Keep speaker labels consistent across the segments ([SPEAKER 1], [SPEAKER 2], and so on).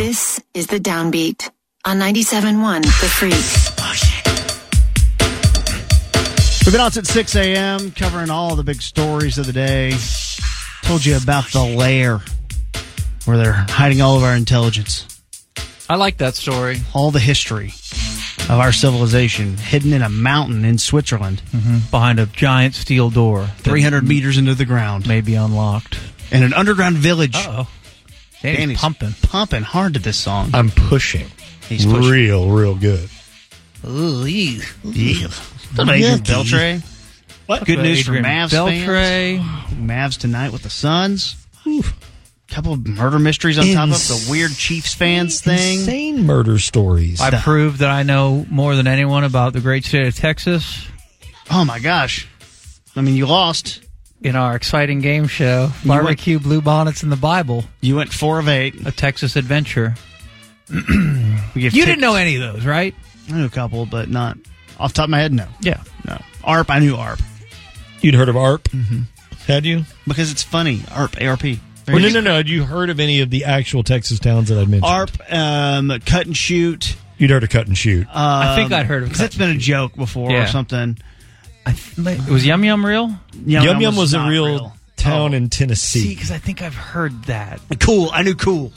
[SPEAKER 1] This is the downbeat on 97.1 The Freak.
[SPEAKER 2] We've been out at 6 a.m. covering all the big stories of the day. Told you about the lair where they're hiding all of our intelligence,
[SPEAKER 3] I like that story.
[SPEAKER 2] all the history of our civilization hidden in a mountain in Switzerland,
[SPEAKER 4] Mhm. behind a giant steel door,
[SPEAKER 2] 300 meters into the ground,
[SPEAKER 4] may be unlocked.
[SPEAKER 2] in an underground village.
[SPEAKER 4] Oh, Danny's,
[SPEAKER 2] Danny's
[SPEAKER 4] pumping. Uh,
[SPEAKER 2] pumping hard to this song.
[SPEAKER 5] I'm pushing.
[SPEAKER 2] He's pushing.
[SPEAKER 5] Real, real good.
[SPEAKER 2] Yeah. Adrian Beltre.
[SPEAKER 4] What
[SPEAKER 2] Good news for Mavs
[SPEAKER 4] Beltray.
[SPEAKER 2] Mavs tonight with the Suns. Couple of murder mysteries on top of the weird Chiefs fans thing.
[SPEAKER 5] Insane murder stories.
[SPEAKER 4] I proved that I know more than anyone about the great state of Texas
[SPEAKER 2] Oh my gosh. I mean, you lost.
[SPEAKER 4] in our exciting game show, Barbecue Blue Bonnets and the Bible,
[SPEAKER 2] You went four of eight.
[SPEAKER 4] a Texas adventure.
[SPEAKER 2] We gave tick-
[SPEAKER 4] You didn't know any of those, right?
[SPEAKER 2] I knew a couple, but not off the top of my head. No,
[SPEAKER 4] Yeah.
[SPEAKER 2] no. ARP. I knew ARP
[SPEAKER 5] You'd heard of ARP? Mm-hmm. Had you?
[SPEAKER 2] because it's funny. ARP. ARP.
[SPEAKER 5] Well, no, no, no. Had you heard of any of the actual Texas towns that I mentioned?
[SPEAKER 2] ARP. Um, cut and shoot.
[SPEAKER 5] You'd heard of Cut and Shoot.
[SPEAKER 2] Um,
[SPEAKER 4] I think I'd heard of
[SPEAKER 2] Because that's been a joke before or
[SPEAKER 4] Yeah.
[SPEAKER 2] something.
[SPEAKER 4] Um, I th- it was Yum Yum real?
[SPEAKER 5] Yum Yum was a
[SPEAKER 2] not Oh.
[SPEAKER 5] real, town in
[SPEAKER 4] See,
[SPEAKER 5] Tennessee.
[SPEAKER 4] because I think I've heard that.
[SPEAKER 2] Cool. I knew cool.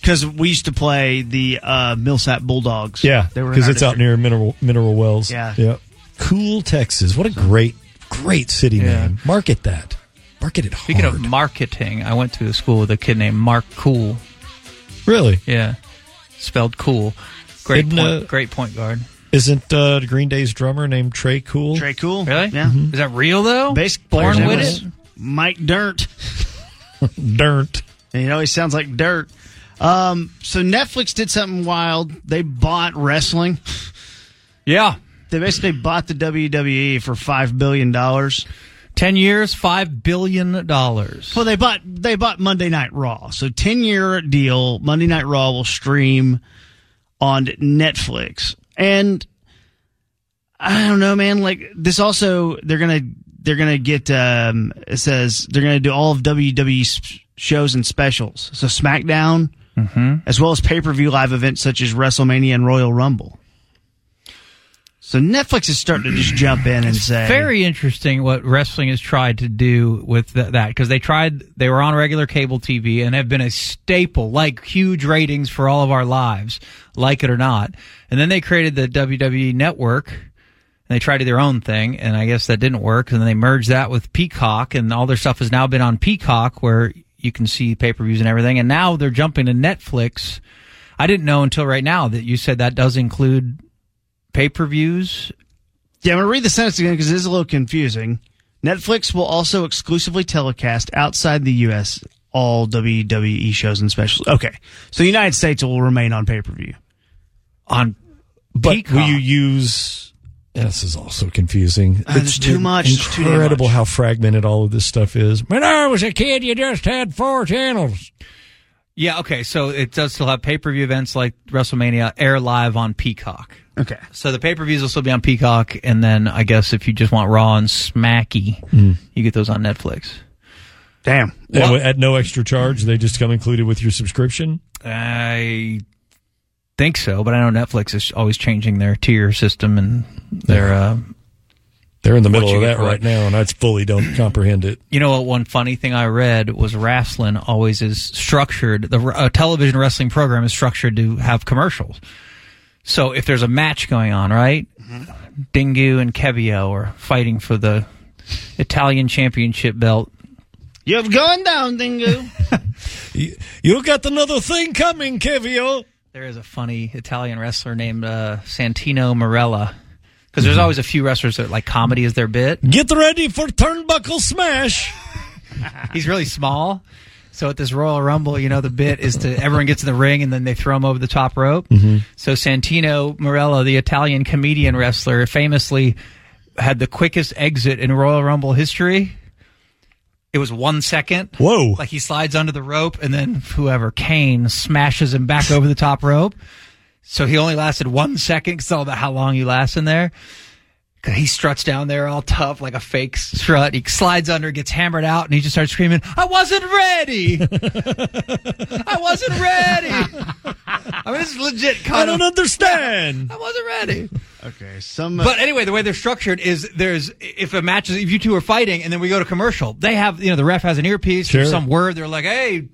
[SPEAKER 2] Because we used to play the uh, Millsap Bulldogs.
[SPEAKER 5] yeah,
[SPEAKER 2] They were in
[SPEAKER 5] because
[SPEAKER 2] our
[SPEAKER 5] it's out
[SPEAKER 2] district.
[SPEAKER 5] near Mineral Mineral Wells.
[SPEAKER 2] Yeah.
[SPEAKER 5] Cool, Texas. What a great, great city name. Market that. Market it hard.
[SPEAKER 4] Speaking of marketing, I went to a school with a kid named Mark Cool.
[SPEAKER 5] really,
[SPEAKER 4] Yeah. Spelled cool. Great
[SPEAKER 5] Isn't,
[SPEAKER 4] point,
[SPEAKER 5] uh,
[SPEAKER 4] great point guard.
[SPEAKER 5] isn't uh, Green Day's drummer named Trey Cool?
[SPEAKER 2] Trey Cool.
[SPEAKER 4] Really?
[SPEAKER 2] Yeah.
[SPEAKER 4] Is that real though?
[SPEAKER 2] Basic
[SPEAKER 4] born
[SPEAKER 2] players
[SPEAKER 4] with
[SPEAKER 2] was
[SPEAKER 4] it.
[SPEAKER 2] Mike Dirt.
[SPEAKER 5] Dirt.
[SPEAKER 2] And it always sounds like dirt. Um, so Netflix did something wild. They bought wrestling.
[SPEAKER 4] Yeah.
[SPEAKER 2] They basically bought the WWE for five billion dollars.
[SPEAKER 4] Ten years, five billion dollars.
[SPEAKER 2] Well, they bought they bought Monday Night Raw. So ten year deal. Monday Night Raw will stream on Netflix. And I don't know, man. Like this, also they're gonna they're gonna get. Um, it says they're gonna do all of WWE's shows and specials. So SmackDown, as well as pay per view live events such as WrestleMania and Royal Rumble. So Netflix is starting to just jump in and say,
[SPEAKER 4] Very interesting what wrestling has tried to do with th- that because they tried they were on regular cable TV and have been a staple, like huge ratings for all of our lives, like it or not. And then they created the WWE Network. And they tried to do their own thing, and I guess that didn't work. And then they merged that with Peacock, and all their stuff has now been on Peacock, where you can see pay per views and everything. And now they're jumping to Netflix. I didn't know until right now that you said that does include pay per views
[SPEAKER 2] Yeah, I'm going to read the sentence again because it is a little confusing. Netflix will also exclusively telecast outside the U.S. all WWE shows and specials. Okay. So the United States will remain on pay per view.
[SPEAKER 4] on
[SPEAKER 5] But will
[SPEAKER 4] Peacock.
[SPEAKER 5] you use? This is also confusing.
[SPEAKER 2] Uh, there's too
[SPEAKER 5] in-
[SPEAKER 2] much, it's too damn
[SPEAKER 5] Incredible
[SPEAKER 2] much.
[SPEAKER 5] how fragmented all of this stuff is. When I was a kid, you just had four channels.
[SPEAKER 4] Yeah, okay. So it does still have pay per view events like WrestleMania air live on Peacock.
[SPEAKER 2] Okay.
[SPEAKER 4] So the pay per views will still be on Peacock, and then I guess if you just want Raw and Smacky, you get those on Netflix.
[SPEAKER 2] Damn.
[SPEAKER 5] And at no extra charge, they just come included with your subscription.
[SPEAKER 4] I think so, but I know Netflix is always changing their tier system and their. Uh,
[SPEAKER 5] They're in the middle
[SPEAKER 4] you
[SPEAKER 5] of
[SPEAKER 4] get
[SPEAKER 5] that
[SPEAKER 4] for
[SPEAKER 5] right
[SPEAKER 4] it.
[SPEAKER 5] now, and I fully don't comprehend it.
[SPEAKER 4] you know what? One funny thing I read was wrestling always is structured. The uh, television wrestling program is structured to have commercials. So if there's a match going on, right? Dingu and Kevio are fighting for the Italian championship belt.
[SPEAKER 2] You've gone down, Dingo.
[SPEAKER 5] You, you got another thing coming, Kevio.
[SPEAKER 4] There is a funny Italian wrestler named uh, Santino Morella. Because there's always a few wrestlers that like comedy is their bit.
[SPEAKER 5] Get ready for Turnbuckle Smash.
[SPEAKER 4] He's really small. So at this Royal Rumble, you know, the bit is to everyone gets in the ring and then they throw him over the top rope. So Santino Morella, the Italian comedian wrestler, famously had the quickest exit in Royal Rumble history. It was one second.
[SPEAKER 5] Whoa.
[SPEAKER 4] Like he slides under the rope and then whoever, Kane, smashes him back over the top rope. So he only lasted one second because it's all about how long you last in there. He struts down there all tough like a fake strut. He slides under, gets hammered out, and he just starts screaming, "I wasn't ready! I wasn't ready!" I mean, this is legit. Kind
[SPEAKER 5] I don't
[SPEAKER 4] of,
[SPEAKER 5] understand.
[SPEAKER 4] I wasn't ready.
[SPEAKER 2] Okay,
[SPEAKER 5] Uh,
[SPEAKER 2] some. uh,
[SPEAKER 4] But anyway, the way they're structured is there's if a match is if you two are fighting and then we go to commercial, they have you know the ref has an earpiece
[SPEAKER 5] Sure.
[SPEAKER 4] or some word. They're like, hey,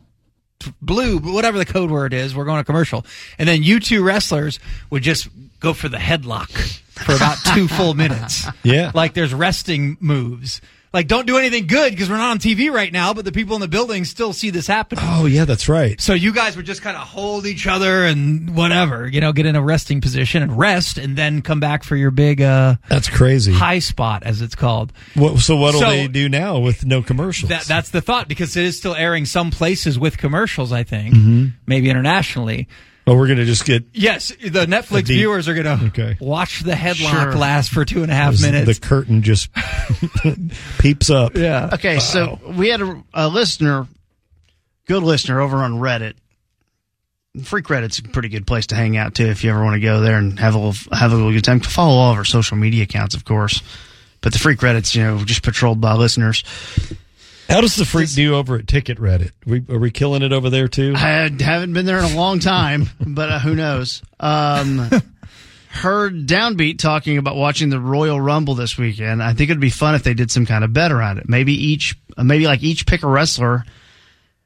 [SPEAKER 4] t- blue, whatever the code word is, we're going to commercial, and then you two wrestlers would just go for the headlock for about two full minutes.
[SPEAKER 5] Yeah.
[SPEAKER 4] like there's resting moves. Like don't do anything good because we're not on TV right now, but the people in the building still see this happen.
[SPEAKER 5] Oh yeah, that's right.
[SPEAKER 4] So you guys would just kind of hold each other and whatever, you know, get in a resting position and rest, and then come back for your big uh,
[SPEAKER 5] That's crazy.
[SPEAKER 4] high spot, as it's called.
[SPEAKER 5] What, so what'll
[SPEAKER 4] So-
[SPEAKER 5] they do now with no commercials?
[SPEAKER 4] That that's the thought because it is still airing some places with commercials. I think
[SPEAKER 5] Mm-hmm.
[SPEAKER 4] maybe internationally.
[SPEAKER 5] oh, we're gonna just get
[SPEAKER 4] Yes, the Netflix
[SPEAKER 5] The deep-
[SPEAKER 4] viewers are going to
[SPEAKER 5] Okay.
[SPEAKER 4] watch the headlock
[SPEAKER 2] Sure.
[SPEAKER 4] last for two and a half
[SPEAKER 5] the
[SPEAKER 4] minutes.
[SPEAKER 5] curtain just peeps up.
[SPEAKER 4] yeah.
[SPEAKER 2] Okay, so we had a, a listener, good listener over on Reddit. Free Reddit's a pretty good place to hang out too if you ever want to go there and have a little, have a little good time. Follow all of our social media accounts, of course. But the Free Reddit's, you know, just patrolled by listeners.
[SPEAKER 5] How does the freak do over at Ticket Reddit? We, are we killing it over there too?
[SPEAKER 2] I haven't been there in a long time, but uh, who knows? Um, heard Downbeat talking about watching the Royal Rumble this weekend. I think it'd be fun if they did some kind of bet around it. Maybe each, maybe like each pick a wrestler,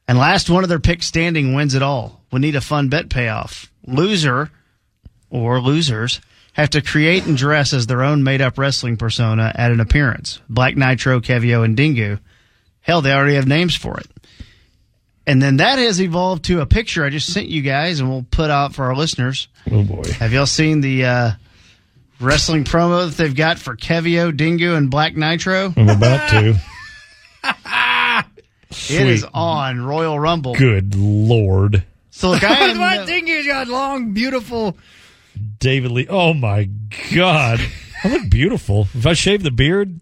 [SPEAKER 2] and last one of their picks standing wins it all. We need a fun bet payoff. Loser or losers have to create and dress as their own made-up wrestling persona at an appearance. Black Nitro, Kevio, and Dingu. Hell, they already have names for it. And then that has evolved to a picture I just sent you guys, and we'll put out for our listeners.
[SPEAKER 5] Oh boy.
[SPEAKER 2] Have y'all seen the uh, wrestling promo that they've got for Kevio, Dingo, and Black Nitro?
[SPEAKER 5] I'm about to.
[SPEAKER 2] It is on Royal Rumble.
[SPEAKER 5] Good lord.
[SPEAKER 2] So look, I have
[SPEAKER 4] My
[SPEAKER 2] no-
[SPEAKER 4] dingy's got long, beautiful.
[SPEAKER 5] David Lee. Oh my god. I look beautiful. If I shave the beard,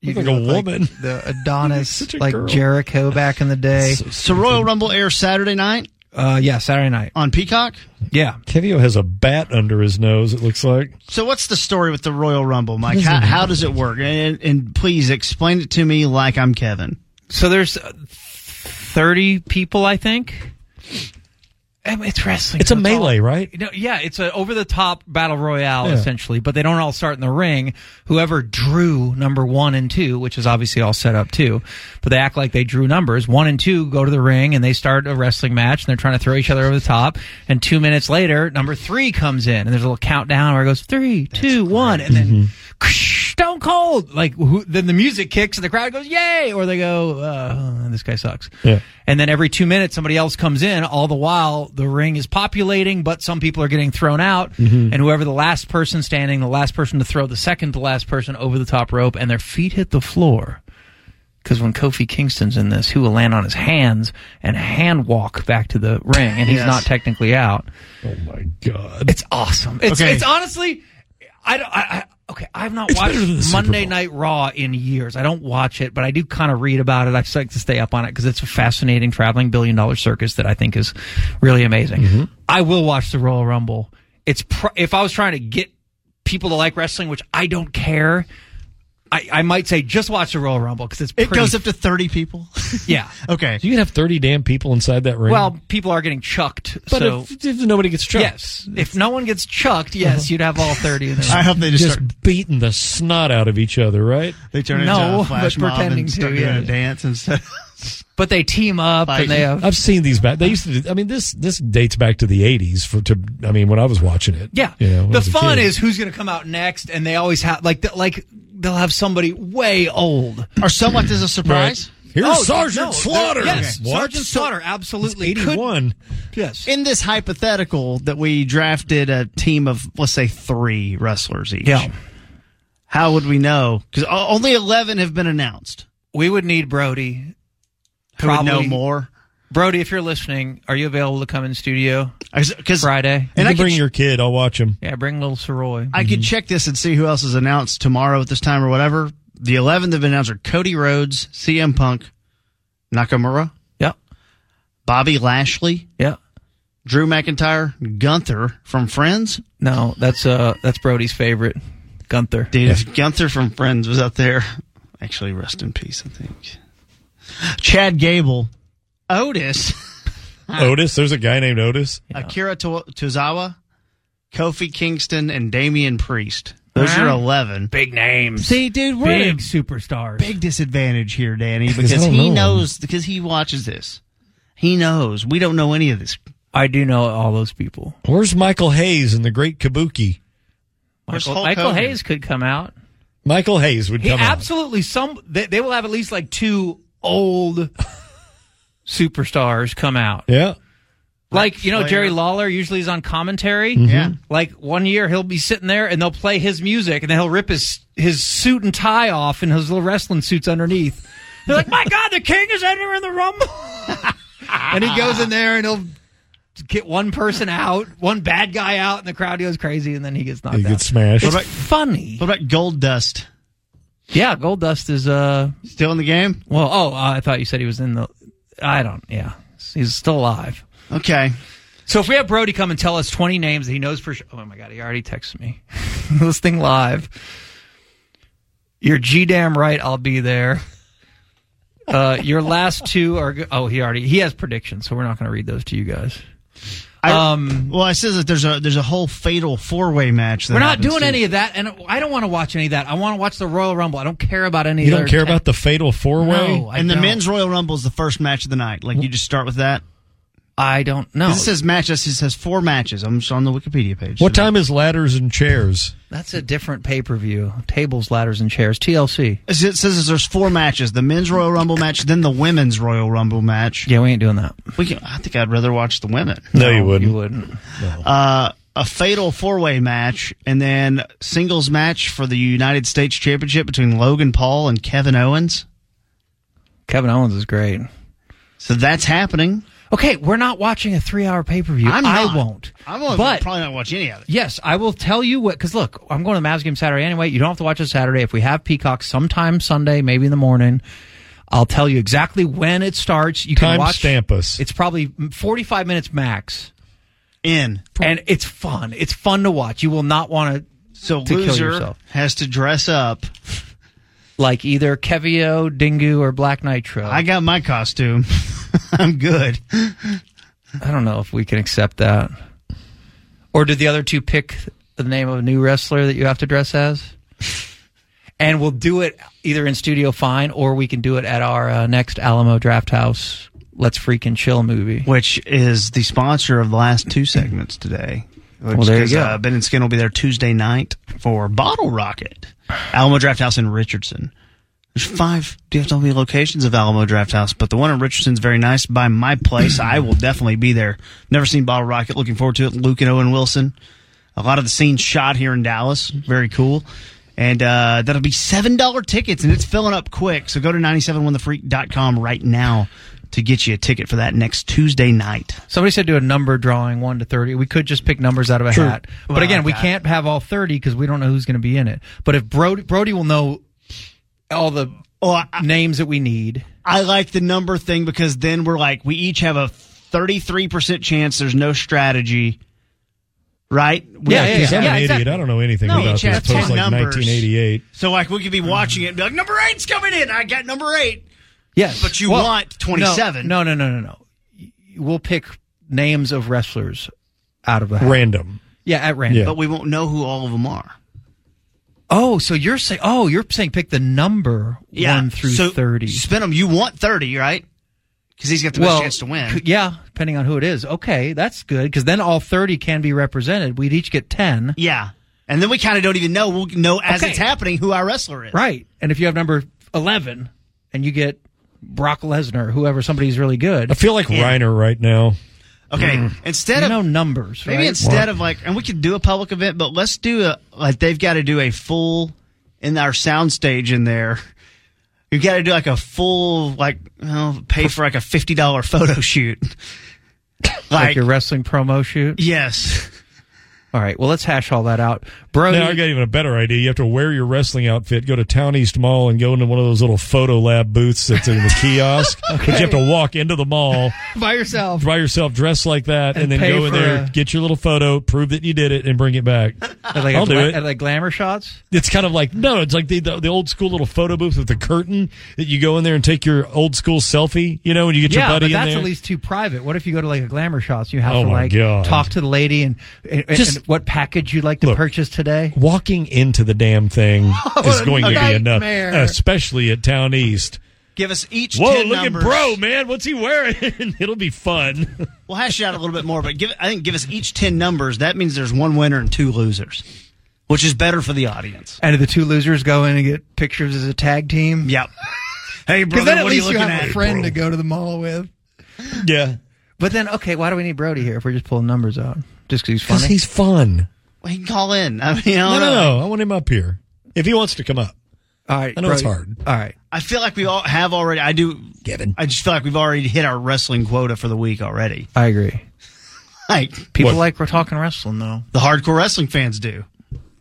[SPEAKER 4] You
[SPEAKER 5] Look like a
[SPEAKER 4] look
[SPEAKER 5] woman.
[SPEAKER 4] the
[SPEAKER 5] such
[SPEAKER 4] Adonis,
[SPEAKER 5] a
[SPEAKER 4] like
[SPEAKER 5] girl.
[SPEAKER 4] Jericho back in the day.
[SPEAKER 2] so Royal Rumble airs Saturday night
[SPEAKER 4] Uh, yeah, Saturday night.
[SPEAKER 2] on Peacock.
[SPEAKER 4] Yeah,
[SPEAKER 5] Kevio has a bat under his nose, it looks like.
[SPEAKER 2] So what's the story with the Royal Rumble, Mike? How, how does it work? And, and please explain it to me like I'm Kevin.
[SPEAKER 4] So there's uh, 30 people, I think. Um, It's wrestling.
[SPEAKER 5] It's a
[SPEAKER 4] so
[SPEAKER 5] melee,
[SPEAKER 4] all-
[SPEAKER 5] right?
[SPEAKER 4] No, yeah, it's a over the top battle royale
[SPEAKER 5] Yeah.
[SPEAKER 4] essentially, but they don't all start in the ring. Whoever drew number 1 and 2, which is obviously all set up too, but they act like they drew numbers. 1 and 2 go to the ring and they start a wrestling match and they're trying to throw each other over the top, and 2 minutes later, number 3 comes in and there's a little countdown where it goes three, two, one, and then Stone Cold. Like who, then the music kicks and the crowd goes yay, or they go uh, this guy sucks.
[SPEAKER 5] Yeah.
[SPEAKER 4] And then every two minutes somebody else comes in. All the while the ring is populating, but some people are getting thrown out, and whoever the last person standing, the last person to throw the second to last person over the top rope, and their feet hit the floor. Because when Kofi Kingston's in this, who will land on his hands and hand walk back to the ring, and he's
[SPEAKER 2] Yes.
[SPEAKER 4] not technically out.
[SPEAKER 5] Oh my god.
[SPEAKER 4] It's awesome. It's
[SPEAKER 2] Okay.
[SPEAKER 4] it's honestly, I don't. I, I, okay, I've not watched
[SPEAKER 5] better than the Super
[SPEAKER 4] Monday
[SPEAKER 5] Bowl.
[SPEAKER 4] Night Raw in years. I don't watch it, but I do kind of read about it. I just like to stay up on it because it's a fascinating traveling billion dollar circus that I think is really amazing.
[SPEAKER 5] Mm-hmm.
[SPEAKER 4] I will watch the Royal Rumble. It's pr- if I was trying to get people to like wrestling, which I don't care. I, I might say just watch the Royal Rumble because it's
[SPEAKER 2] It
[SPEAKER 4] pretty,
[SPEAKER 2] goes up to 30 people.
[SPEAKER 4] yeah.
[SPEAKER 2] okay.
[SPEAKER 5] Do you have 30 damn people inside that ring?
[SPEAKER 4] Well, people are getting chucked,
[SPEAKER 5] but
[SPEAKER 4] so
[SPEAKER 5] if, Uh-huh. if nobody gets struck,
[SPEAKER 4] yes, if no one gets chucked, yes, you'd have all thirty. In there.
[SPEAKER 2] I hope they just,
[SPEAKER 5] just
[SPEAKER 2] start,
[SPEAKER 5] beating the snot out of each other, right?
[SPEAKER 2] they turn into
[SPEAKER 4] No,
[SPEAKER 2] a flash
[SPEAKER 4] but
[SPEAKER 2] mob
[SPEAKER 4] pretending
[SPEAKER 2] and
[SPEAKER 4] to,
[SPEAKER 2] start doing
[SPEAKER 4] yeah.
[SPEAKER 2] a dance instead.
[SPEAKER 4] but they team up
[SPEAKER 2] Fighting.
[SPEAKER 4] and they have
[SPEAKER 5] I've seen these back. They used to. Do, I mean, this this dates back to the eighties. For to, I mean, when I was watching it.
[SPEAKER 4] yeah.
[SPEAKER 5] You know, when I
[SPEAKER 4] the
[SPEAKER 5] was a
[SPEAKER 4] fun
[SPEAKER 5] kid.
[SPEAKER 4] is who's going to come out next, and they always have like th- like they'll have somebody way old.
[SPEAKER 2] or somewhat as a surprise.
[SPEAKER 5] Here's
[SPEAKER 4] Oh,
[SPEAKER 5] Sergeant
[SPEAKER 4] no,
[SPEAKER 5] Slaughter.
[SPEAKER 4] they're- Yes,
[SPEAKER 5] What?
[SPEAKER 4] Sergeant Slaughter absolutely could-
[SPEAKER 5] Eighty-one.
[SPEAKER 4] Yes,
[SPEAKER 2] in this hypothetical that we drafted a team of let's say three wrestlers each
[SPEAKER 4] yeah.
[SPEAKER 2] how would we know because only 11 have been announced
[SPEAKER 4] We would need Brody.
[SPEAKER 2] who would know more
[SPEAKER 4] Brody, if you're listening, are you available to come in studio
[SPEAKER 2] because
[SPEAKER 4] Friday?
[SPEAKER 5] And
[SPEAKER 2] and
[SPEAKER 5] you
[SPEAKER 2] i
[SPEAKER 5] can
[SPEAKER 2] could,
[SPEAKER 5] bring your kid. I'll watch him.
[SPEAKER 4] Yeah, bring little Soroy.
[SPEAKER 2] I could check this and see who else is announced tomorrow at this time or whatever the 11 that have been announced are cody rhodes cm punk nakamura
[SPEAKER 4] Yep,
[SPEAKER 2] bobby lashley
[SPEAKER 4] yep.
[SPEAKER 2] drew mcintyre gunther from friends
[SPEAKER 4] No, that's uh that's Brody's favorite. Gunther.
[SPEAKER 2] Dude, if Gunther from Friends was out there, actually, rest in peace, I think. Chad Gable, Otis,
[SPEAKER 5] Otis, there's a guy named Otis.
[SPEAKER 2] Akira To- Tozawa, Kofi Kingston, and Damian Priest. Those are 11.
[SPEAKER 4] Big names.
[SPEAKER 2] See, dude, we're at
[SPEAKER 4] Big
[SPEAKER 2] a
[SPEAKER 4] superstars.
[SPEAKER 2] big disadvantage here, Danny,
[SPEAKER 5] I
[SPEAKER 2] because
[SPEAKER 5] don't
[SPEAKER 2] he
[SPEAKER 5] know.
[SPEAKER 2] knows, because he watches this. He knows. We don't know any of this.
[SPEAKER 4] I do know all those people.
[SPEAKER 5] Where's Michael Hayes in the Great Kabuki?
[SPEAKER 2] Where's
[SPEAKER 4] Michael,
[SPEAKER 2] Hulk
[SPEAKER 4] Michael
[SPEAKER 2] Hogan?
[SPEAKER 4] Hayes could come out.
[SPEAKER 5] Michael Hayes would
[SPEAKER 4] He
[SPEAKER 5] come out.
[SPEAKER 4] absolutely some they, they will have at least like two old superstars come out.
[SPEAKER 5] Yeah.
[SPEAKER 4] Like, you know,
[SPEAKER 2] Flair.
[SPEAKER 4] Jerry Lawler usually is on commentary.
[SPEAKER 5] Mm-hmm.
[SPEAKER 2] Yeah.
[SPEAKER 4] Like one year he'll be sitting there and they'll play his music and then he'll rip his his suit and tie off and his little wrestling suits underneath. They're like, My God, the king is entering the rumble And he goes in there and he'll get one person out, one bad guy out, and the crowd goes crazy and then he gets knocked
[SPEAKER 5] He
[SPEAKER 4] out.
[SPEAKER 5] gets smashed.
[SPEAKER 4] it's funny.
[SPEAKER 2] What about Gold Dust?
[SPEAKER 4] Yeah, Gold Dust is uh
[SPEAKER 2] Still in the game?
[SPEAKER 4] well oh uh, I thought you said he was in the I don't yeah. He's still alive.
[SPEAKER 2] Okay.
[SPEAKER 4] So if we have Brody come and tell us 20 names that he knows for sure. Oh my God, he already texted me. Listening live. You're G damn right, I'll be there. Uh, your last two are. go- Oh, he already. He has predictions, so we're not going to read those to you guys.
[SPEAKER 2] I-
[SPEAKER 4] Um,
[SPEAKER 2] Well, I says that there's a there's a whole fatal four way match. That
[SPEAKER 4] we're not
[SPEAKER 2] happens,
[SPEAKER 4] doing
[SPEAKER 2] too.
[SPEAKER 4] any of that, and I don't want to watch any of that. I want to watch the Royal Rumble. I don't care about any.
[SPEAKER 5] You
[SPEAKER 4] other
[SPEAKER 5] don't care
[SPEAKER 4] ten-
[SPEAKER 5] about the fatal four way?
[SPEAKER 4] No, I
[SPEAKER 2] and the
[SPEAKER 4] don't.
[SPEAKER 2] men's Royal Rumble is the first match of the night. Like you just start with that.
[SPEAKER 4] I don't know.
[SPEAKER 2] 'Cause It says matches. It says four matches. I'm just on the Wikipedia page.
[SPEAKER 5] What
[SPEAKER 2] So-
[SPEAKER 5] time is ladders and chairs?
[SPEAKER 4] That's a different pay per view. Tables, ladders, and chairs. TLC.
[SPEAKER 2] It says that there's four matches: the men's Royal Rumble match, then the women's Royal Rumble match.
[SPEAKER 4] Yeah, we ain't doing that.
[SPEAKER 2] We can, I think I'd rather watch the women.
[SPEAKER 5] No, you wouldn't.
[SPEAKER 4] You wouldn't.
[SPEAKER 2] Uh, a fatal four way match, and then singles match for the United States Championship between Logan Paul and Kevin Owens.
[SPEAKER 4] Kevin Owens is great.
[SPEAKER 2] So that's happening.
[SPEAKER 4] Okay, we're not watching a three-hour pay-per-view.
[SPEAKER 2] I'm not.
[SPEAKER 4] I won't.
[SPEAKER 2] I'm gonna
[SPEAKER 4] But
[SPEAKER 2] probably not watch any of it.
[SPEAKER 4] yes, I will tell you what. Because look, I'm going to the Mavs game Saturday anyway. You don't have to watch it Saturday. If we have Peacock, sometime Sunday, maybe in the morning, I'll tell you exactly when it starts. You can
[SPEAKER 5] Time
[SPEAKER 4] watch.
[SPEAKER 5] stamp us.
[SPEAKER 4] It's probably 45 minutes max,
[SPEAKER 2] In
[SPEAKER 4] and it's fun. It's fun to watch. You will not want to
[SPEAKER 2] so
[SPEAKER 4] To kill
[SPEAKER 2] loser
[SPEAKER 4] yourself.
[SPEAKER 2] has to dress up.
[SPEAKER 4] like either Kevio, Dingu, or Black Nitro.
[SPEAKER 2] I got my costume. I'm good.
[SPEAKER 4] I don't know if we can accept that. Or did the other two pick the name of a new wrestler that you have to dress as? and we'll do it either in Studio Fine or we can do it at our uh, next Alamo Draft House Let's Freaking Chill movie.
[SPEAKER 2] Which is the sponsor of the last two segments today. Which,
[SPEAKER 4] Well, there you
[SPEAKER 2] 'cause,
[SPEAKER 4] go.
[SPEAKER 2] Uh, ben and Skin will be there Tuesday night for Bottle Rocket, Alamo Draft House in Richardson. There's five DFW locations of Alamo Draft House, but the one in Richardson's very nice by my place. I will definitely be there. Never seen Bottle Rocket. Looking forward to it. Luke and Owen Wilson. A lot of the scenes shot here in Dallas. Very cool. And uh, that'll be $7 tickets, and it's filling up quick. So go to 971thefreak.com right now to get you a ticket for that next Tuesday night.
[SPEAKER 4] Somebody said do a number drawing 1 to 30. We could just pick numbers out of a hat. But
[SPEAKER 2] Well,
[SPEAKER 4] again, we
[SPEAKER 2] God.
[SPEAKER 4] can't have all 30 because we don't know who's going to be in it. But if Brody, Brody will know all the
[SPEAKER 2] Oh, I,
[SPEAKER 4] names that we need.
[SPEAKER 2] I like the number thing because then we're like, we each have a 33% chance there's no strategy, right? We
[SPEAKER 4] Yeah,
[SPEAKER 2] have
[SPEAKER 4] yeah,
[SPEAKER 2] to-
[SPEAKER 5] Because I'm
[SPEAKER 4] yeah,
[SPEAKER 5] an
[SPEAKER 4] exactly.
[SPEAKER 5] idiot. I don't know anything
[SPEAKER 2] No,
[SPEAKER 5] about
[SPEAKER 2] each has
[SPEAKER 5] this post
[SPEAKER 2] 10
[SPEAKER 5] like
[SPEAKER 2] numbers.
[SPEAKER 5] 1988.
[SPEAKER 2] So, like, we could be watching it and be like, number eight's coming in. I got number eight.
[SPEAKER 4] Yes,
[SPEAKER 2] But you want 27.
[SPEAKER 4] No, no, no, no, no. Y- We'll pick names of wrestlers out of the hat.
[SPEAKER 5] Random.
[SPEAKER 4] yeah at random.
[SPEAKER 5] Yeah.
[SPEAKER 2] But we won't know who all of them are.
[SPEAKER 4] Oh, so you're saying? Oh, you're saying pick the number one through
[SPEAKER 2] so
[SPEAKER 4] thirty.
[SPEAKER 2] Spin them. You want 30, right? Because he's got the best chance to win.
[SPEAKER 4] c- yeah, depending on who it is. Okay, that's good because then all thirty can be represented. We'd each get ten,
[SPEAKER 2] yeah. And then we kind of don't even know. We'll know as
[SPEAKER 4] Okay.
[SPEAKER 2] it's happening who our wrestler is.
[SPEAKER 4] right? And if you have number eleven, and you get Brock Lesnar, whoever somebody's really good.
[SPEAKER 5] I feel like Reiner right now.
[SPEAKER 2] Okay. Instead
[SPEAKER 4] You
[SPEAKER 2] of
[SPEAKER 4] know numbers,
[SPEAKER 2] Maybe
[SPEAKER 4] right?
[SPEAKER 2] instead of like, and we could do a public event, but let's do a like they've got to do a full in our soundstage in there. You've got to do like a full like well, pay for like a fifty dollar photo shoot.
[SPEAKER 4] like,
[SPEAKER 2] Like,
[SPEAKER 4] your wrestling promo shoot.
[SPEAKER 2] yes,
[SPEAKER 4] All right. Well, let's hash all that out, Brody.
[SPEAKER 5] Now I got even a better idea. You have to wear your wrestling outfit, go to Town East Mall, and go into one of those little photo lab booths that's in the kiosk. But you have to walk into the mall
[SPEAKER 4] by yourself.
[SPEAKER 5] by yourself, dress like that, and,
[SPEAKER 4] And
[SPEAKER 5] then
[SPEAKER 4] pay
[SPEAKER 5] go in
[SPEAKER 4] for
[SPEAKER 5] there,
[SPEAKER 4] a-
[SPEAKER 5] get your little photo, prove that you did it, and bring it back.
[SPEAKER 4] Are they
[SPEAKER 5] I'll
[SPEAKER 4] gla-
[SPEAKER 5] do it.
[SPEAKER 4] Are they glamour shots?
[SPEAKER 5] It's kind of like no, it's like the, the the old school little photo booth with the curtain that you go in there and take your old school selfie. You know, when you get your
[SPEAKER 4] yeah, but
[SPEAKER 5] buddy in
[SPEAKER 4] that's
[SPEAKER 5] there.
[SPEAKER 4] at least too private. What if you go to like a glamour shots? You have
[SPEAKER 5] Oh
[SPEAKER 4] to
[SPEAKER 5] my
[SPEAKER 4] like
[SPEAKER 5] God.
[SPEAKER 4] talk to the lady and, and, and- and
[SPEAKER 5] Just-
[SPEAKER 4] what package you'd like to
[SPEAKER 5] Look.
[SPEAKER 4] purchase today.
[SPEAKER 5] Walking into the damn thing is
[SPEAKER 4] a
[SPEAKER 5] going to be enough,
[SPEAKER 4] Oh, nightmare.
[SPEAKER 5] especially at Town East.
[SPEAKER 2] Give us each.
[SPEAKER 5] Whoa,
[SPEAKER 2] 10
[SPEAKER 5] look
[SPEAKER 2] numbers.
[SPEAKER 5] at bro, man! What's he wearing? It'll be fun.
[SPEAKER 2] We'll hash it out a little bit more, but give I think give us each ten numbers. That means there's one winner and two losers, which is better for the audience.
[SPEAKER 4] And do the two losers go in and get pictures as a tag team?
[SPEAKER 2] Yep. Hey, brother,
[SPEAKER 4] Because then at
[SPEAKER 2] what
[SPEAKER 4] least
[SPEAKER 2] are you
[SPEAKER 4] you,
[SPEAKER 2] looking
[SPEAKER 4] have
[SPEAKER 2] at?
[SPEAKER 4] a friend to go to the mall with.
[SPEAKER 5] Yeah,
[SPEAKER 4] But then, okay, why do we need Brody here if we're just pulling numbers out? Just because he's
[SPEAKER 5] because
[SPEAKER 4] funny?
[SPEAKER 5] he's fun.
[SPEAKER 2] He can call in. I mean, I don't
[SPEAKER 5] No, no,
[SPEAKER 2] know.
[SPEAKER 5] no. I want him up here if he wants to come up.
[SPEAKER 4] all right,
[SPEAKER 5] I know it's
[SPEAKER 4] Brody.
[SPEAKER 5] hard.
[SPEAKER 4] All right.
[SPEAKER 2] I feel like we all have already. I do.
[SPEAKER 5] Kevin.
[SPEAKER 2] I just feel like we've already hit our wrestling quota for the week already.
[SPEAKER 4] I agree.
[SPEAKER 2] Like
[SPEAKER 4] People
[SPEAKER 5] What?
[SPEAKER 4] like we're talking wrestling, though.
[SPEAKER 2] the hardcore wrestling fans do.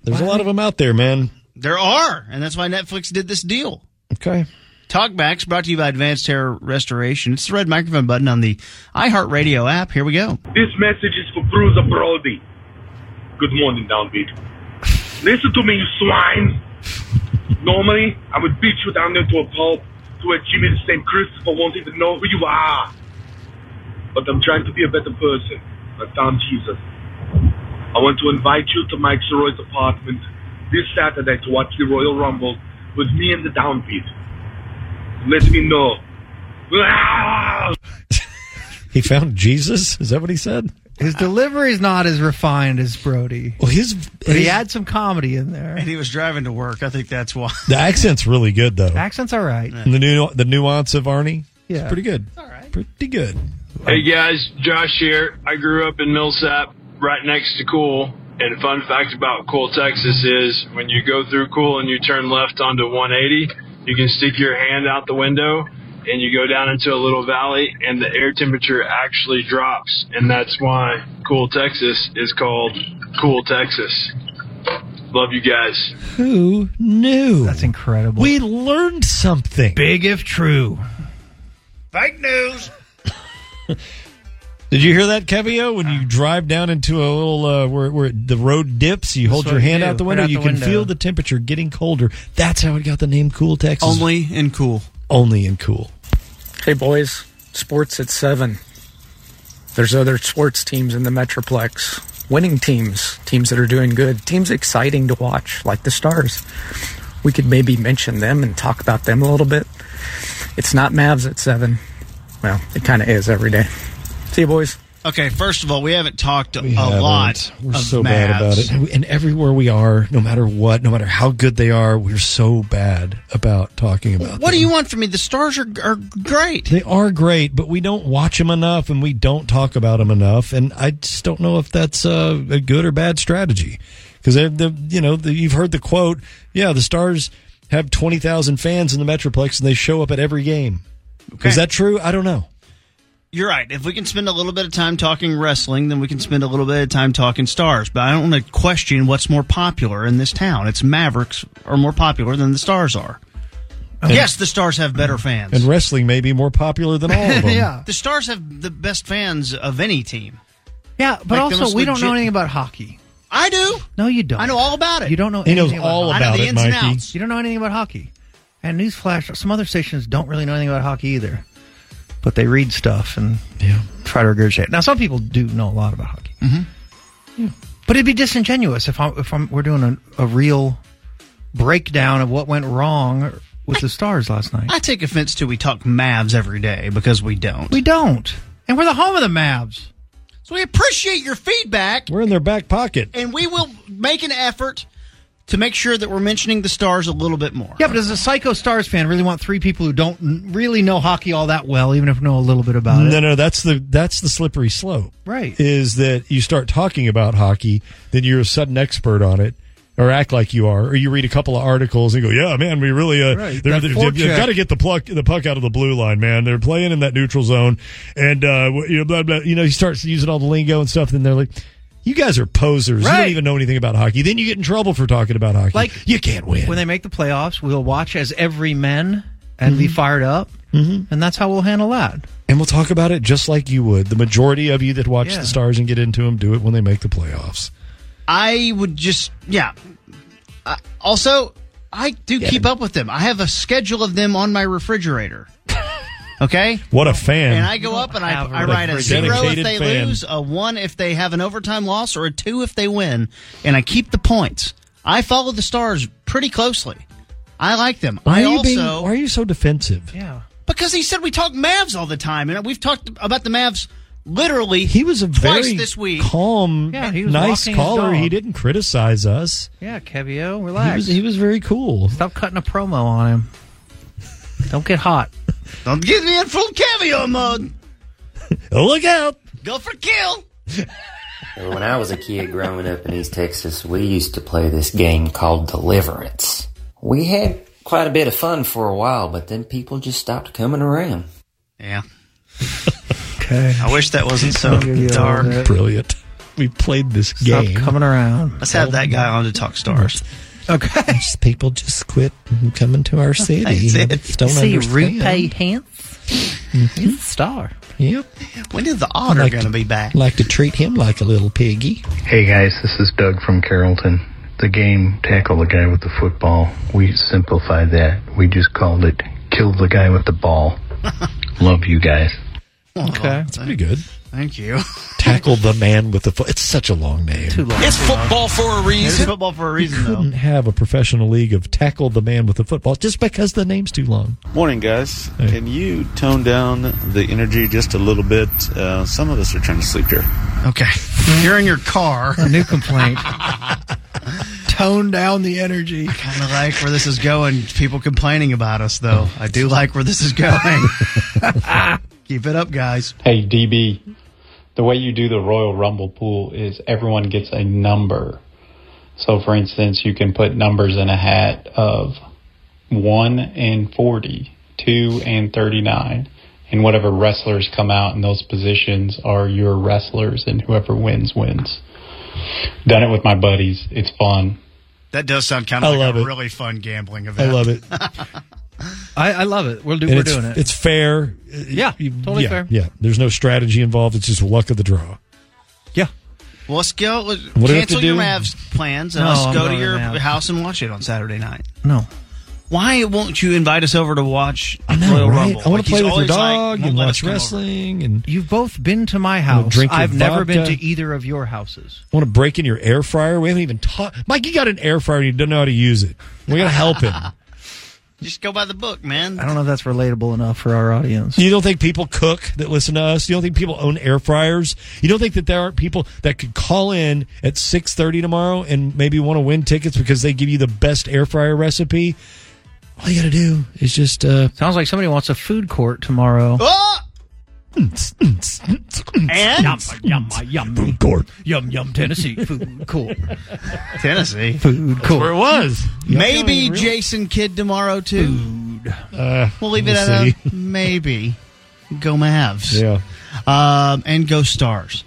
[SPEAKER 5] There's a lot of them out there, man.
[SPEAKER 2] There are, and that's why Netflix did this deal.
[SPEAKER 5] Okay.
[SPEAKER 2] Talkbacks brought to you by Advanced Hair Restoration. It's the red microphone button on the iHeartRadio app. Here we go.
[SPEAKER 6] This message is for Bruiser Brody. Good morning, Downbeat. Listen to me, you swine. Normally, I would beat you down into a pulp to where Jimmy the St. Christopher won't even know who you are. But I'm trying to be a better person. I found Jesus. I want to invite you to Mike Soroy's apartment this Saturday to watch the Royal Rumble with me and the Downbeat. Let me know. Ah!
[SPEAKER 5] He found Jesus. Is that what he said?
[SPEAKER 4] His delivery's not as refined as Brody.
[SPEAKER 5] Well, his,
[SPEAKER 4] But he
[SPEAKER 5] his-
[SPEAKER 4] had some comedy in there.
[SPEAKER 2] And he was driving to work. I think that's why.
[SPEAKER 5] the accent's really good though.
[SPEAKER 4] Accent's all right.
[SPEAKER 5] And the new the nuance of Arnie.
[SPEAKER 4] Yeah.
[SPEAKER 5] It's pretty good. All right. Pretty good.
[SPEAKER 7] Hey guys, Josh here. I grew up in Millsap, right next to Cool. And fun fact about Cool, Texas is when you go through Cool and you turn left onto 180, you can stick your hand out the window and you go down into a little valley and the air temperature actually drops. And that's why Cool, Texas is called Cool, Texas. Love you guys.
[SPEAKER 5] Who knew?
[SPEAKER 4] That's incredible.
[SPEAKER 5] We learned something.
[SPEAKER 4] Big if true.
[SPEAKER 2] Fake news.
[SPEAKER 5] Did you hear that, Kevio? When
[SPEAKER 4] Uh-huh.
[SPEAKER 5] you drive down into a little uh, where, where the road dips, you hold
[SPEAKER 4] what
[SPEAKER 5] your
[SPEAKER 4] we
[SPEAKER 5] hand
[SPEAKER 4] do.
[SPEAKER 5] out the
[SPEAKER 4] Right
[SPEAKER 5] window.
[SPEAKER 4] out
[SPEAKER 5] you
[SPEAKER 4] the
[SPEAKER 5] can
[SPEAKER 4] window.
[SPEAKER 5] feel the temperature getting colder. That's how it got the name Cool Texas.
[SPEAKER 2] Only and cool.
[SPEAKER 5] only in cool.
[SPEAKER 8] Hey, boys, sports at seven. There's other sports teams in the Metroplex, winning teams, teams that are doing good, teams exciting to watch, like the Stars. We could maybe mention them and talk about them a little bit. It's not Mavs at seven. Well, it kind of is every day. See you, boys.
[SPEAKER 2] Okay, first of all, we haven't talked a
[SPEAKER 5] We haven't.
[SPEAKER 2] lot.
[SPEAKER 5] We're
[SPEAKER 2] of
[SPEAKER 5] so bad about
[SPEAKER 2] Mavs.
[SPEAKER 5] it, and, we- and everywhere we are, no matter what, no matter how good they are, we're so bad about talking about.
[SPEAKER 2] What
[SPEAKER 5] them.
[SPEAKER 2] do you want from me? The stars are, are great.
[SPEAKER 5] They are great, but we don't watch them enough, and we don't talk about them enough. And I just don't know if that's uh, a good or bad strategy because the you know the, you've heard the quote, yeah, the Stars have twenty thousand fans in the Metroplex, and they show up at every game.
[SPEAKER 2] Okay.
[SPEAKER 5] Is that true? I don't know.
[SPEAKER 2] You're right. If we can spend a little bit of time talking wrestling, then we can spend a little bit of time talking stars. But I don't want to question what's more popular in this town. It's Mavericks are more popular than the stars are. yes, the stars have better fans.
[SPEAKER 5] And wrestling may be more popular than all of them.
[SPEAKER 4] yeah.
[SPEAKER 2] the stars have the best fans of any team.
[SPEAKER 4] Yeah, but
[SPEAKER 2] Like the
[SPEAKER 4] also
[SPEAKER 2] most
[SPEAKER 4] we don't
[SPEAKER 2] legit-
[SPEAKER 4] know anything about hockey.
[SPEAKER 2] I do.
[SPEAKER 4] No, you don't.
[SPEAKER 2] I know all about it.
[SPEAKER 4] You don't know
[SPEAKER 5] He knows
[SPEAKER 4] anything about
[SPEAKER 5] all
[SPEAKER 4] hockey.
[SPEAKER 2] I
[SPEAKER 5] about
[SPEAKER 2] know the
[SPEAKER 5] it,
[SPEAKER 2] ins and
[SPEAKER 5] Mikey.
[SPEAKER 2] outs.
[SPEAKER 4] You don't know anything about hockey. And newsflash, some other stations don't really know anything about hockey either. But they read stuff and try to regurgitate. it. Now, some people do know a lot about hockey. Mm-hmm. But it'd be disingenuous if, I, if I'm, we're doing a, a real breakdown of what went wrong with the Stars last night.
[SPEAKER 2] I take offense to we talk Mavs every day because we don't.
[SPEAKER 4] we don't. And we're the home of the Mavs.
[SPEAKER 2] So we appreciate your feedback,
[SPEAKER 5] We're in their back pocket.
[SPEAKER 2] and we will make an effort to make sure that we're mentioning the stars a little bit more.
[SPEAKER 4] Yeah, but as a Psycho Stars fan, really want three people who don't n- really know hockey all that well, even if know a little bit about it.
[SPEAKER 5] No, no, that's the that's the slippery slope.
[SPEAKER 4] Right.
[SPEAKER 5] Is that you start talking about hockey, then you're a sudden expert on it, or act like you are, or you read a couple of articles and go, "Yeah, man, we really uh,
[SPEAKER 4] Right.
[SPEAKER 5] they're,
[SPEAKER 4] That
[SPEAKER 5] they're,
[SPEAKER 4] forecheck.
[SPEAKER 5] got to get the pluck the puck out of the blue line, man. They're playing in that neutral zone, and uh, you know, blah blah. You know, he starts using all the lingo and stuff, and they're like. You guys are posers. You
[SPEAKER 4] Right.
[SPEAKER 5] don't even know anything about hockey. Then you get in trouble for talking about hockey.
[SPEAKER 4] Like-
[SPEAKER 5] you can't win.
[SPEAKER 4] when they make the playoffs, we'll watch as every man and be fired up, mm-hmm. and that's how we'll handle that.
[SPEAKER 5] and we'll talk about it just like you would. The majority of you that watch
[SPEAKER 4] Yeah.
[SPEAKER 5] the Stars and get into them do it when they make the playoffs.
[SPEAKER 2] I would just, yeah. Uh, also, I do keep up with them. I have a schedule of them on my refrigerator. Okay?
[SPEAKER 4] Oh,
[SPEAKER 5] What a fan!
[SPEAKER 2] And I go up and I,
[SPEAKER 4] have a
[SPEAKER 2] I write a
[SPEAKER 5] refrigerator.
[SPEAKER 2] zero if
[SPEAKER 5] Dedicated
[SPEAKER 2] they
[SPEAKER 5] fan.
[SPEAKER 2] lose, a one if they have an overtime loss, or a two if they win, and I keep the points. I follow the Stars pretty closely. I like them.
[SPEAKER 5] why
[SPEAKER 2] I
[SPEAKER 5] are you
[SPEAKER 2] also
[SPEAKER 5] being- why are you so defensive?
[SPEAKER 4] Yeah.
[SPEAKER 2] because he said we talk Mavs all the time, and we've talked about the Mavs literally.
[SPEAKER 5] He was a
[SPEAKER 2] twice
[SPEAKER 5] very
[SPEAKER 2] this week.
[SPEAKER 5] calm,
[SPEAKER 4] Yeah, he was
[SPEAKER 5] nice
[SPEAKER 4] walking his
[SPEAKER 5] caller.
[SPEAKER 4] dog.
[SPEAKER 5] He didn't criticize us.
[SPEAKER 4] Yeah, Kevio,
[SPEAKER 5] He
[SPEAKER 4] relax.
[SPEAKER 5] was, he was very cool.
[SPEAKER 4] Stop cutting a promo on him. Don't get hot.
[SPEAKER 2] Don't get me in full caviar mode.
[SPEAKER 5] Look out!
[SPEAKER 2] Go for kill.
[SPEAKER 9] And When I was a kid growing up in East Texas, we used to play this game called Deliverance. We had quite a bit of fun for a while, but then people just stopped coming around.
[SPEAKER 2] Yeah,
[SPEAKER 4] Okay.
[SPEAKER 2] I wish that wasn't so dark.
[SPEAKER 5] Brilliant. We played this
[SPEAKER 4] Stop
[SPEAKER 5] game.
[SPEAKER 4] coming around.
[SPEAKER 2] Let's have that guy on to talk Stars.
[SPEAKER 4] Okay.
[SPEAKER 5] Just people just quit coming to our city.
[SPEAKER 2] That's
[SPEAKER 5] I
[SPEAKER 2] it.
[SPEAKER 5] just don't understand. Mm-hmm.
[SPEAKER 4] Hance? He's a star.
[SPEAKER 5] Yep.
[SPEAKER 2] When is the Otter
[SPEAKER 5] Like-
[SPEAKER 2] going to be back?
[SPEAKER 5] Like to treat him like a little piggy.
[SPEAKER 10] Hey guys, this is Doug from Carrollton. The game Tackle the Guy with the Football, we simplified that. We just called it Kill the Guy with the Ball. Love you guys.
[SPEAKER 4] Okay.
[SPEAKER 5] It's pretty good.
[SPEAKER 2] Thank you.
[SPEAKER 5] Tackle the man with the foot. It's such a long name.
[SPEAKER 4] Too long.
[SPEAKER 2] It's football for a reason, though.
[SPEAKER 5] Couldn't have a professional league of tackle the man with the football just because the name's too long.
[SPEAKER 11] Morning, guys.
[SPEAKER 5] Hey.
[SPEAKER 11] Can you tone down the energy just a little bit? Uh, some of us are trying to sleep here.
[SPEAKER 2] Okay, you're in your car.
[SPEAKER 4] New complaint. Tone down the energy.
[SPEAKER 2] kind of like where this is going. People complaining about us, though. I do like where this is going. Keep it up, guys.
[SPEAKER 12] Hey, DB, the way you do the Royal Rumble pool is everyone gets a number. So, for instance, you can put numbers in a hat of 1 and 40, 2 and 39, and whatever wrestlers come out in those positions are your wrestlers, and whoever wins, wins. Done it with my buddies. It's fun.
[SPEAKER 2] That does sound kind
[SPEAKER 5] I
[SPEAKER 2] of like
[SPEAKER 5] love
[SPEAKER 2] a
[SPEAKER 5] it.
[SPEAKER 2] really fun gambling
[SPEAKER 5] I
[SPEAKER 2] event.
[SPEAKER 5] love it.
[SPEAKER 4] I, I love it. We'll do,
[SPEAKER 5] And
[SPEAKER 4] we're
[SPEAKER 5] it's,
[SPEAKER 4] doing it.
[SPEAKER 5] it's fair.
[SPEAKER 4] Yeah, totally
[SPEAKER 5] yeah,
[SPEAKER 4] fair.
[SPEAKER 5] Yeah. There's no strategy involved. It's just luck of the draw.
[SPEAKER 4] Yeah.
[SPEAKER 2] Well, let's go. let's
[SPEAKER 5] What do we have
[SPEAKER 2] cancel
[SPEAKER 5] to
[SPEAKER 2] your
[SPEAKER 5] do?
[SPEAKER 2] Mavs plans and
[SPEAKER 4] No,
[SPEAKER 2] let's
[SPEAKER 4] I'm
[SPEAKER 2] go to
[SPEAKER 4] going to
[SPEAKER 2] your
[SPEAKER 4] the Mavs.
[SPEAKER 2] house and watch it on Saturday night.
[SPEAKER 4] No.
[SPEAKER 2] Why won't you invite us over to watch
[SPEAKER 5] I know,
[SPEAKER 2] Royal
[SPEAKER 5] right?
[SPEAKER 2] Rumble?
[SPEAKER 5] I want
[SPEAKER 2] Like, he's
[SPEAKER 5] to play with your
[SPEAKER 2] always like,
[SPEAKER 5] dog
[SPEAKER 2] won't
[SPEAKER 5] and
[SPEAKER 2] let us
[SPEAKER 5] watch
[SPEAKER 2] come over.
[SPEAKER 5] wrestling and
[SPEAKER 4] You've both been to my house.
[SPEAKER 5] drink your
[SPEAKER 4] I've never been to
[SPEAKER 5] vodka.
[SPEAKER 4] either of your houses.
[SPEAKER 5] want to break in your air fryer. We haven't even talked. Mike, you got an air fryer and you don't know how to use it. We got to help him.
[SPEAKER 2] Just go by the book, man.
[SPEAKER 4] I don't know if that's relatable enough for our audience.
[SPEAKER 5] You don't think people cook that listen to us? You don't think people own air fryers? You don't think that there aren't people that could call in at six thirty tomorrow and maybe want to win tickets because they give you the best air fryer recipe? All you got to do is just uh,
[SPEAKER 4] Sounds like somebody wants a food court tomorrow.
[SPEAKER 2] Oh! and
[SPEAKER 4] Oh, yum, yum,
[SPEAKER 5] Gord.
[SPEAKER 4] yum, yum, Tennessee food court.
[SPEAKER 2] Tennessee.
[SPEAKER 4] Food court.
[SPEAKER 5] it was.
[SPEAKER 2] Maybe Jason Kidd tomorrow, too.
[SPEAKER 5] Uh,
[SPEAKER 2] We'll leave
[SPEAKER 5] We'll
[SPEAKER 2] it at
[SPEAKER 5] see.
[SPEAKER 2] a maybe. Go Mavs.
[SPEAKER 5] yeah.
[SPEAKER 2] Um, and go Stars.